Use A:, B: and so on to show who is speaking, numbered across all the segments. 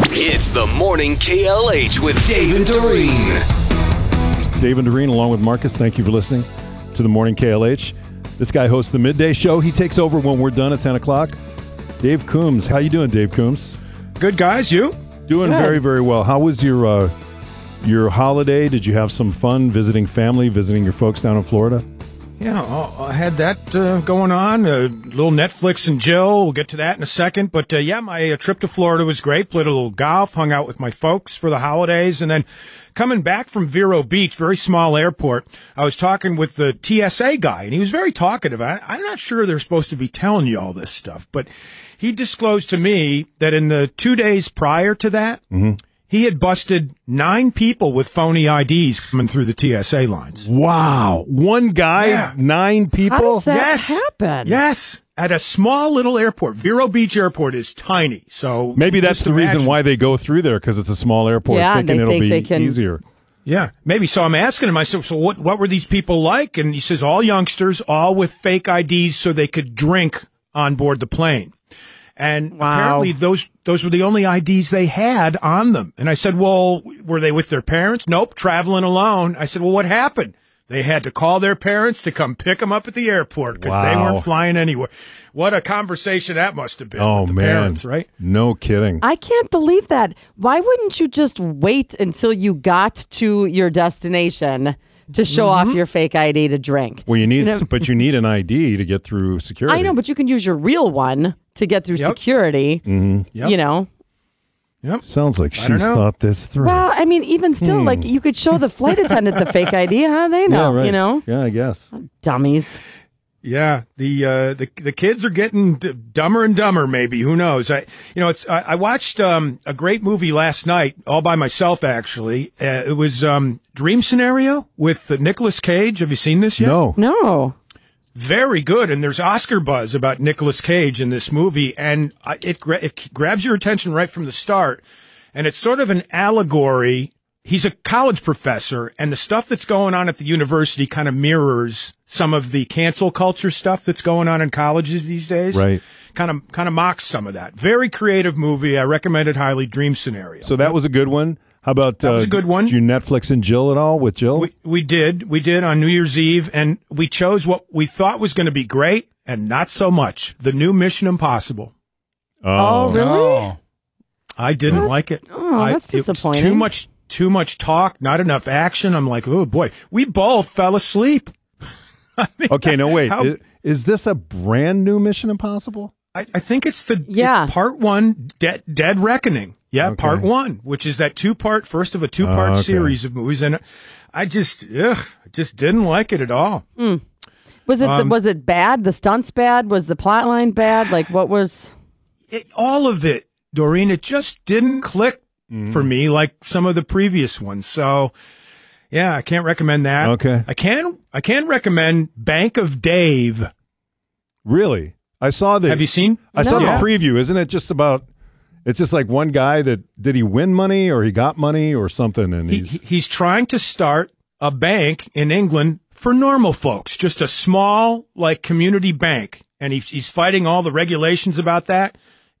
A: It's the morning KLH with Dave and Doreen.
B: Dave and Doreen, along with Marcus, thank you for listening to the Morning KLH. This guy hosts the midday show. He takes over when we're done at 10 o'clock. Dave Coombs, how you doing, Dave Coombs?
C: Good guys, you?
B: Doing very, very well. How was your uh, your holiday? Did you have some fun visiting family, visiting your folks down in Florida?
C: Yeah, I I had that uh, going on. A little Netflix and Jill. We'll get to that in a second. But uh, yeah, my uh, trip to Florida was great. Played a little golf, hung out with my folks for the holidays, and then coming back from Vero Beach, very small airport. I was talking with the TSA guy, and he was very talkative. I, I'm not sure they're supposed to be telling you all this stuff, but he disclosed to me that in the two days prior to that. He had busted nine people with phony IDs coming through the TSA lines.
B: Wow. One guy,
C: Yeah.
B: nine people?
D: How does that
C: yes.
D: happen?
C: Yes. At a small little airport. Vero Beach Airport is tiny. So
B: Maybe that's
C: just
B: the reason
C: imagine-
B: why they go through there because it's a small airport,
D: Yeah,
B: thinking
D: they
B: it'll
D: think
B: be
D: they can-
B: easier.
C: Yeah. Maybe. So I'm asking him, I said, so what, what were these people like? And he says, all youngsters, all with fake IDs so they could drink on board the plane. And
D: Wow.
C: apparently those, those were the only IDs they had on them. And I said, well, were they with their parents? Nope. Traveling alone. I said, well, what happened? They had to call their parents to come pick them up at the airport because they
B: Wow.
C: weren't flying anywhere. What a conversation that must have been.
B: Oh,
C: with the
B: man.
C: parents, right?
B: No kidding.
D: I can't believe that. Why wouldn't you just wait until you got to your destination to show off
C: Mm-hmm.
D: your fake ID to drink?
B: well, you need,
D: know-
B: but you need an ID to get through security.
D: I know, but you can use your real one to get through
C: Yep. Mm-hmm.
D: security.
C: Yep.
D: You know,
B: Sounds like she's
C: don't know.
B: thought this through.
D: well, I mean, even still, like
C: Hmm.
D: you could show the flight attendant the fake ID, huh? They know, you know,
B: Yeah, I guess.
D: dummies.
C: Yeah, the uh, the the kids are getting d- dumber and dumber. Maybe who knows? I you know it's I, I watched um, a great movie last night all by myself. Actually, uh, it was um, Dream Scenario with uh, Nicolas Cage. Have you seen this yet?
B: No.
D: No,
C: very good. And there's Oscar buzz about Nicolas Cage in this movie, and I, it gra- it grabs your attention right from the start. And it's sort of an allegory. He's a college professor, and the stuff that's going on at the university kind of mirrors some of the cancel culture stuff that's going on in colleges these days.
B: Right.
C: Kind of kind of mocks some of that. Very creative movie. I recommend it highly. Dream scenario.
B: So that was a good one. How about
C: was
B: uh,
C: a good one.
B: Did you Netflix and Jill at all with Jill?
C: We, we did. We did on New Year's Eve, and we chose what we thought was going to be great and not so much. The new Mission Impossible.
D: oh, really?
C: I didn't like it.
D: oh,
C: I-
D: that's
C: it was
D: disappointing.
C: too much, too much talk, not enough action. I'm like, oh boy, we both fell asleep.
B: Okay, no wait.
C: How-
B: I- is this a brand new Mission Impossible?
C: I, I think it's the it's
D: Yeah.
C: part one, Dead Dead Reckoning. Yeah, part one, which is that two part, first of a two part
B: Oh, okay.
C: series of movies, and I just, ugh, I just didn't like it at all.
D: Was it
C: Um,
D: the, was it bad? The stunts bad? Was the plot line bad? Like what was?
C: it, all of it, Doreen, it just didn't click
B: Mm.
C: for me like some of the previous ones. So, yeah, I can't recommend that.
B: Okay.
C: I can I can recommend Bank of Dave.
B: Really? I saw the
C: Have you seen?
B: I saw
D: No.
B: the preview. Isn't it just about it's just like one guy that did he win money or he got money or something and
C: He,
B: he's
C: he- he's trying to start a bank in England for normal folks, just a small like community bank, and he, he's fighting all the regulations about that.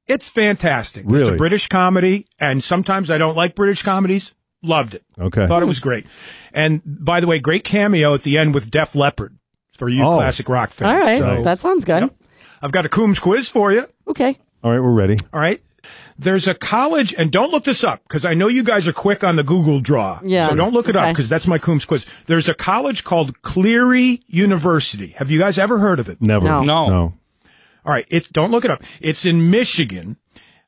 C: It's fantastic. It's
B: Really?
C: a British comedy, and sometimes I don't like British comedies. Loved it.
B: Okay.
C: Thought it was great. And by the way, great cameo at the end with Def Leppard for you
B: Oh.
C: classic rock fans.
D: All right,
C: So-
D: that sounds good.
C: Yep. I've got a Coombs quiz for you.
D: Okay.
B: All right, we're ready.
C: All right. There's a college, and don't look this up because I know you guys are quick on the Google Draw.
D: Yeah.
C: So don't look it up
D: Okay.
C: because that's my Coombs quiz. There's a college called Cleary University. Have you guys ever heard of it?
B: Never.
D: No.
B: No.
C: All right. It's don't look it up. It's in Michigan.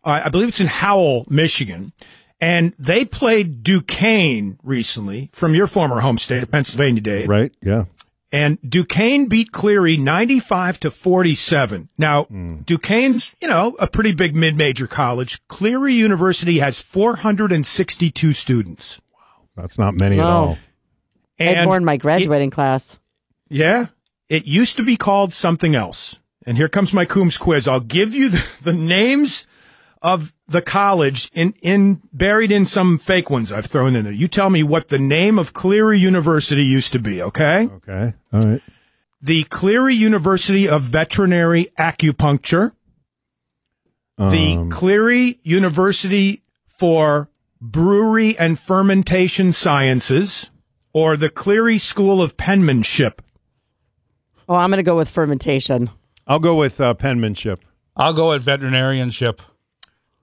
C: Uh, I believe it's in Howell, Michigan. And they played Duquesne recently from your former home state of Pennsylvania, Dave.
B: Right? Yeah.
C: And Duquesne beat Cleary 95 to 47. Now, Duquesne's, you know, a pretty big mid-major college. Cleary University has 462 students.
B: That's not many at
D: No.
B: all.
D: Ed Moore in my
C: it-
D: graduating class.
C: yeah. It used to be called something else. And here comes my Coombs quiz. I'll give you the, the names of the college in, in buried in some fake ones I've thrown in there. You tell me what the name of Cleary University used to be, okay?
B: Okay. All right.
C: the Cleary University of Veterinary Acupuncture, the
B: Um,
C: Cleary University for Brewery and Fermentation Sciences or the Cleary School of Penmanship?
D: Oh, I'm going to go with fermentation.
B: I'll go with uh, penmanship.
E: I'll go at veterinarianship.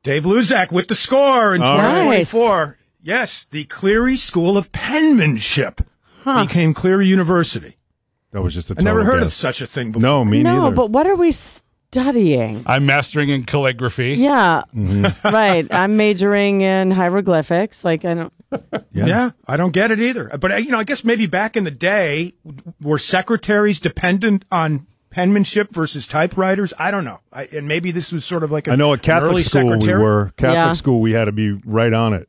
C: Dave Luzak with the score in
B: All
D: right. Nice.
C: 2024. Yes, the Cleary School of Penmanship became Cleary University.
B: That was just a
C: I
B: total
C: never heard of
B: guess.
C: such a thing before.
B: No, me
D: no,
B: neither.
D: but what are we studying?
E: I'm mastering in calligraphy.
D: Yeah, right. I'm majoring in hieroglyphics. Like I don't.
C: Yeah. I don't get it either. But uh, you know, I guess maybe back in the day, w- were secretaries dependent on penmanship versus typewriters? I don't know. I, and maybe this was sort of like a,
B: I know at
C: an
B: Catholic
C: early
B: school
C: secretary.
B: we were. Catholic
D: Yeah.
B: school we had to be right on it.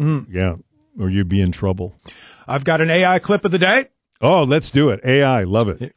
C: Mm.
B: Yeah, or you'd be in trouble.
C: I've got an AI clip of the day.
B: Oh, let's do it. AI, love it.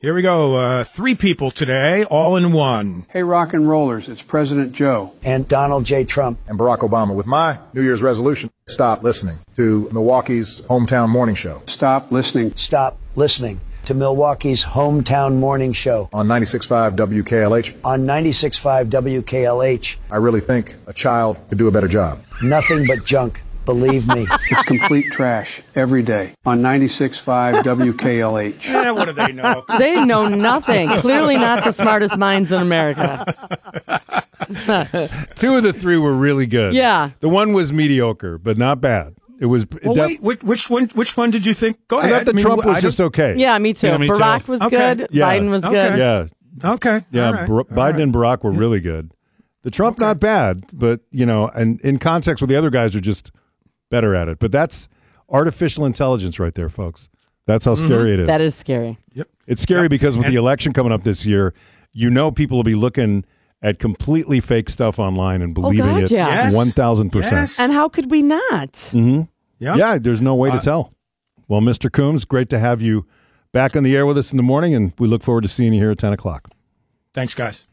C: Here we go. Uh, three people today, all in one.
F: Hey, rock and rollers, it's President Joe.
G: and Donald J. Trump.
H: and Barack Obama with my New Year's resolution stop listening to Milwaukee's hometown morning show
F: Stop listening.
G: Stop listening to Milwaukee's hometown morning show
H: on 96.5 WKLH.
G: on 96.5 WKLH.
H: I really think a child could do a better job.
G: Nothing but junk, believe me.
F: It's complete trash every day on 96.5 WKLH.
C: Eh, what do they know?
D: They know nothing. Clearly not the smartest minds in America.
B: Two of the three were really good.
D: Yeah.
B: the one was mediocre, but not bad. It was. it
C: well,
B: def-
C: wait. Which, which one? Which one did you think? Go
B: I
C: ahead.
B: thought the
C: mean,
B: Trump
C: I
B: was
C: don't-
B: just okay.
D: Yeah, me too.
E: Yeah, me too.
D: Barack was
C: Okay.
D: good.
B: Yeah.
D: Biden was
C: Okay.
D: good.
B: yeah,
C: Okay.
B: yeah.
C: all right.
B: Br- Biden and Barack were really good. The Trump not bad, but you know, and in context with the other guys are just better at it. But that's artificial intelligence right there, folks. That's
C: Mm-hmm.
B: how scary it is.
D: That is scary.
B: It's scary because with the election coming up this year, you know people will be looking at completely fake stuff online and believing
D: God,
B: it
D: yeah.
C: Yes.
B: one thousand
C: Yes.
B: percent.
D: And how could we not?
C: Yeah.
B: Yeah, there's no way to tell. Well, Mr. Coombs, great to have you back on the air with us in the morning, and we look forward to seeing you here at ten o'clock.
C: Thanks, guys.